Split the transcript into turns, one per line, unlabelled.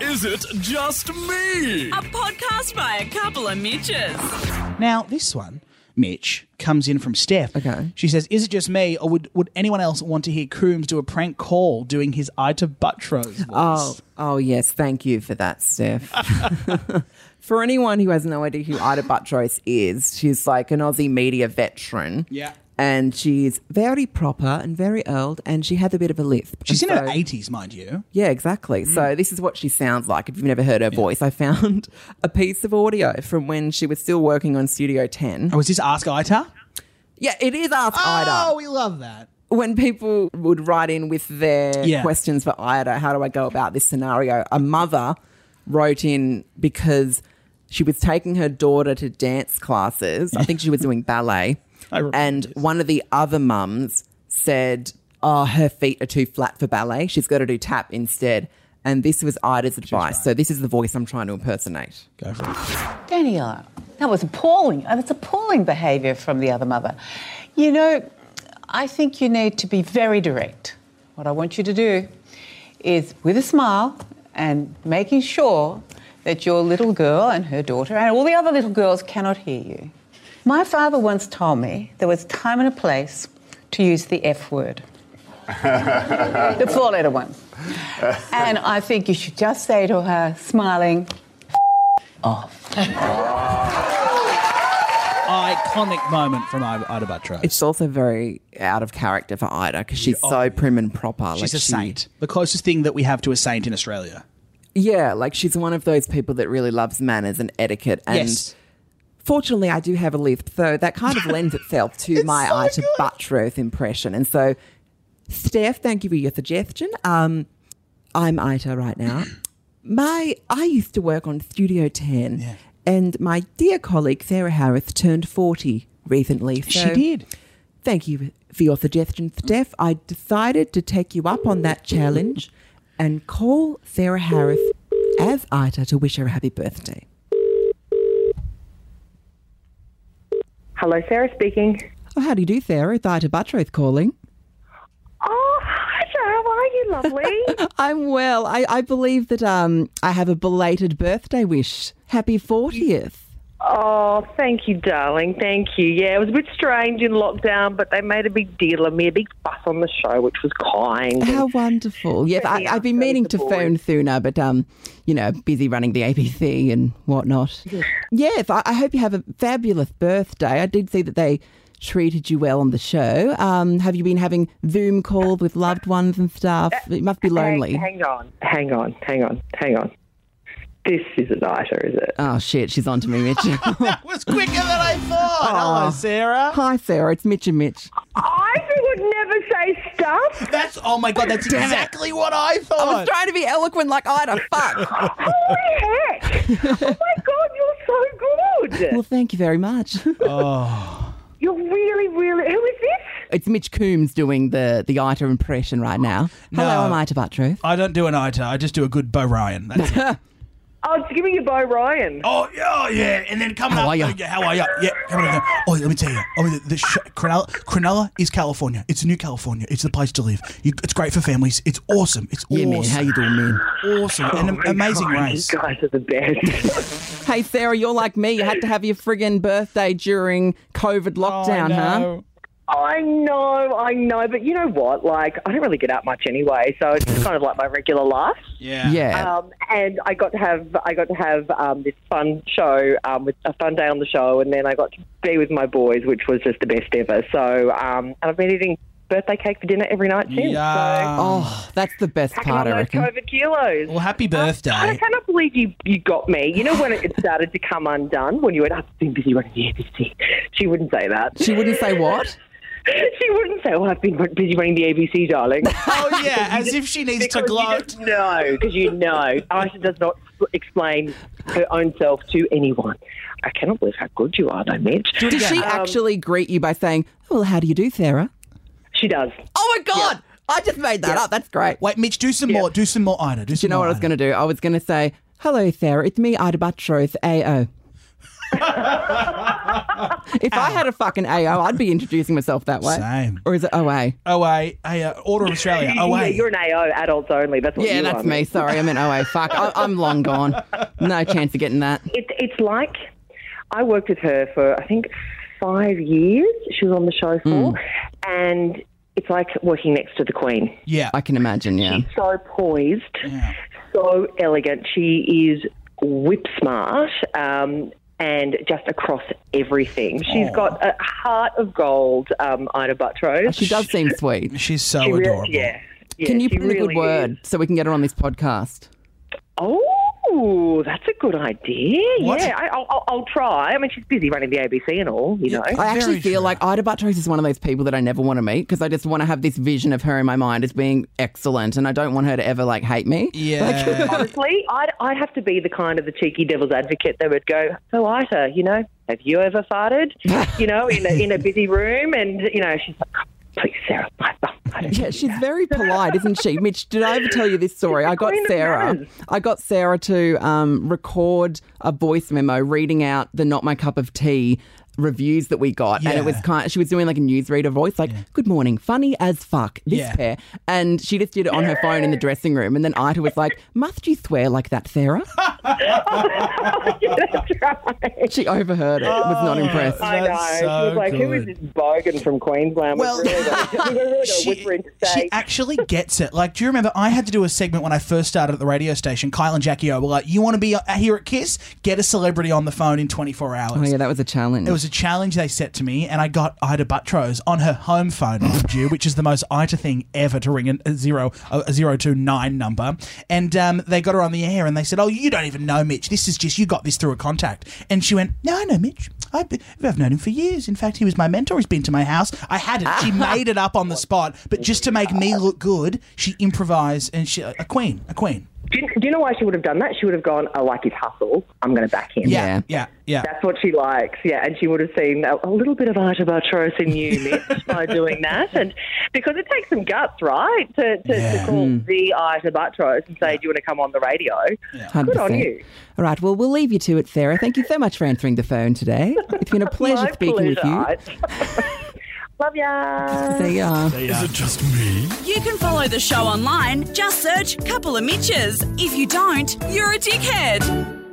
Is it just me?
A podcast by a couple of Mitches.
Now, this one, Mitch, comes in from Steph.
Okay.
She says, Is it just me, or would, would anyone else want to hear Coombs do a prank call doing his eye to Buttrose?
Oh, oh yes. Thank you for that, Steph. for anyone who has no idea who Ida Buttrose is, she's like an Aussie media veteran.
Yeah.
And she's very proper and very old, and she had a bit of a lisp.
She's in
And
her Mm.
so-
80s, mind you.
Yeah, exactly. So this is what she sounds like. If you've never heard her voice, I found a piece of audio from when she was still working on Studio Ten.
Oh, is this Ask Ita?
Yeah, it is Ask Ida.
Oh, we love that.
when people would write in with their
Yeah.
questions for Ida, how do I go about this scenario? A mother wrote in because she was taking her daughter to dance classes. I think she was doing ballet.
I remember
And one of the other mums said, Oh, her feet are too flat for ballet. She's got to do tap instead. And this was Ida's advice. So this is the voice I'm trying to impersonate.
Go for it.
Daniela, that was appalling. Uh, That's appalling behaviour from the other mother. You know, I think you need to be very direct. What I want you to do is with a smile and making sure that your little girl and her daughter and all the other little girls cannot hear you. My father once told me there was time and a place to use the F word. the four letter one. And I think you should just say to her, smiling,
Iconic moment from I- Ida Buttrose.
It's also very out of character for Ida because she's so prim and proper.
Oh. She's
like
a
she-
saint. The closest thing that we have to a saint in Australia.
Yeah, like she's one of those people that really loves manners and etiquette. And
yes.
fortunately, I do have a lift, so that kind of lends itself to my eye to Buttrose impression. And so, Steph, thank you for your suggestion. Um, I'm Ita right now. My I used to work on Studio 10, and my dear colleague Sarah Harris turned 40 recently.
She
so-
did.
Thank you for your suggestion, Steph. I decided to take you up on that challenge and call Sarah Harris as Ita to wish her a happy birthday.
Hello, Sarah speaking.
Oh, how do you do, Sarah? It's Ita Buttrose calling.
Oh, hi, Sarah. How are you, lovely?
I'm well. I, I believe that um, I have a belated birthday wish. Happy 40th.
oh, thank you, darling. Thank you. Yeah, it was a bit strange in lockdown, but they made a big deal of me, a big fuss on the show, which was kind.
How wonderful. Yes, I, I've been meaning to phone sooner, but, um, you know, busy running the ABC and whatnot. Yes, I, I hope you have a fabulous birthday. I did see that they treated you well on the show. Um, have you been having Zoom calls with loved ones and stuff? It must be lonely.
Hang, hang on, hang on, hang on, hang on. This isn't Ida, is it?
Oh, shit, she's on to me, Mitch.
That was quicker than I thought. Hello, Sarah.
Hi, Sarah. It's Mitch and Mitch.
Ida would never say stuff.
That's oh my god, that's exactly what I
I was
thought.
trying to be eloquent like Ida. Fuck.
Holy heck! oh my God, you're so
Well,
good.
thank you very much.
You're really, really. Who is this?
it's Mitch Coombs doing the the Ita impression right now. Hello, I'm Ita Buttrose.
I don't do an Ita, I just do a good Bo Ryan. That's it.
Oh, it's giving you Bo Ryan.
oh, yeah, oh, yeah, and then coming
How
up.
are ya?
oh, yeah, how are you? Yeah, coming up. Oh, let me tell you. Oh, the, the sh- Cronulla, Cronulla is California. It's new California. It's the place to live. You, it's great for families. It's awesome. It's
Yeah,
awesome.
man. How you doing, man?
awesome. and
Oh,
an Oh, amazing race.
You guys are the best.
Hey, Sarah, you're like me. You had to have your friggin' birthday during COVID
Oh,
lockdown, huh?
I know, I know, but you know what? Like, I don't really get out much anyway, so it's just kind of like my regular life.
Yeah.
Yeah.
Um, and I got to have, I got to have um, this fun show um, with a fun day on the show, and then I got to be with my boys, which was just the best ever. So, um, and I've been eating birthday cake for dinner every night since. So,
oh, that's the best
packing
part,
on
I
those
reckon.
COVID kilos.
Well, happy
And Oh, I
birthday.
cannot believe you, you got me. You know when it started to come undone, when you went, I've been busy running the ABC. She wouldn't say that.
She wouldn't say what?
she wouldn't say, "Well, I've been busy running the ABC, darling."
Oh, yeah, as if she needs to gloat.
No, because you know, Aisha does not explain her own self to anyone. I cannot believe how good you are, though, Mitch.
Did she actually greet you by saying, oh, well, how do you do, Sarah?
She does.
Oh, my God. I just made that up. That's great.
Wait, Mitch, do some more. Do some more Ida. Do some
Do you know what I was going to do? I was going to say, hello, Sarah. It's me, Ida Buttrose, AO. If I had a fucking AO, I'd be introducing myself that way.
Same.
Or is it OA?
Oh,
OA, hey, uh, Order of Australia,
yeah,
OA.
you're an AO, adults only. That's what
Yeah,
you
that's
are.
me. Sorry, I meant OA. Fuck, I, I'm long gone. No chance of getting that.
It, it's like I worked with her for I think five years. She was on the show for,
Hmm.
and it's like working next to the Queen.
yeah.
I can imagine, yeah.
So poised,
Yeah.
so elegant. She is whip smart. Um, and just across everything. she's
Oh.
got a heart of gold, um, Ida Buttrose.
She does seem sweet.
She's so
She really-
adorable.
yeah, yeah.
Can you
she
put in a
really
good word
is.
so we can get her on this podcast?
Oh, that's a good idea.
What?
Yeah, I, I'll, I'll- I'll try. I mean, she's busy running the ABC and all, you know.
I actually
Very
feel
true.
like Ida Buttrose is one of those people that I never want to meet because I just want to have this vision of her in my mind as being excellent, and I don't want her to ever like hate me.
Yeah.
Honestly, I'd, I'd have to be the kind of the cheeky devil's advocate that would go, so Ita, you know, have you ever farted, you know, in a, in a busy room? And, you know, she's like, "Oh, please, Sarah, my bum.
Yeah, she's very polite, isn't she? Mitch, did I ever tell you this story? I got
queen of
Sarah.
manners.
I got Sarah to um, record a voice memo reading out the "Not My Cup of Tea" reviews that we got, and
Yeah.
it was kind. she was doing like a newsreader voice, like "Good morning, funny as fuck." This
Yeah.
pair, and she just did it on her phone in the dressing room, and then Ita was like, "Must you swear like that, Sarah?"
Yeah, that's right.
She overheard it. Was
Oh.
not impressed.
I know.
That's
she
so
was like, who is
good.
this bogan from Queensland?
Well,
We've really got we've really got a
she,
whipper in to
she
say.
actually gets it. Like, do you remember I had to do a segment when I first started at the radio station? Kyle and Jackie O were like, "You want to be uh, here at Kiss? Get a celebrity on the phone in 24 hours."
Oh yeah, that was a challenge.
It was a challenge they set to me, and I got Ida Buttrose on her home phone, mind you, which is the most Ida thing ever to ring an- a zero a zero two nine number. And um, they got her on the air, and they said, "Oh, you don't even know Mitch. This is just you got this through a contact." And she went, "No, I know Mitch. I've, been, I've known him for years. In fact, he was my mentor. He's been to my house. I had it. She made it up on the spot, but just to make me look good, she improvised, and she a queen, a queen.
Do you, do you know why she would have done that? She would have gone, I like his hustle. I'm going to back him.
Yeah, yeah, yeah.
That's what she likes, yeah. And she would have seen a, a little bit of Ita Buttrose in you, Mitch, by doing that. And because it takes some guts, right, to, to,
Yeah.
to call
Mm.
the Ita Buttrose and say, do you want to come on the radio? Good on
100%.
you.
All right, well, we'll leave you to it, Sarah. Thank you so much for answering the phone today. It's been a pleasure
My
speaking with you.
pleasure. Love ya.
There you are.
Is it just me?
You can follow the show online. Just search Couple of Mitches. If you don't, you're a dickhead.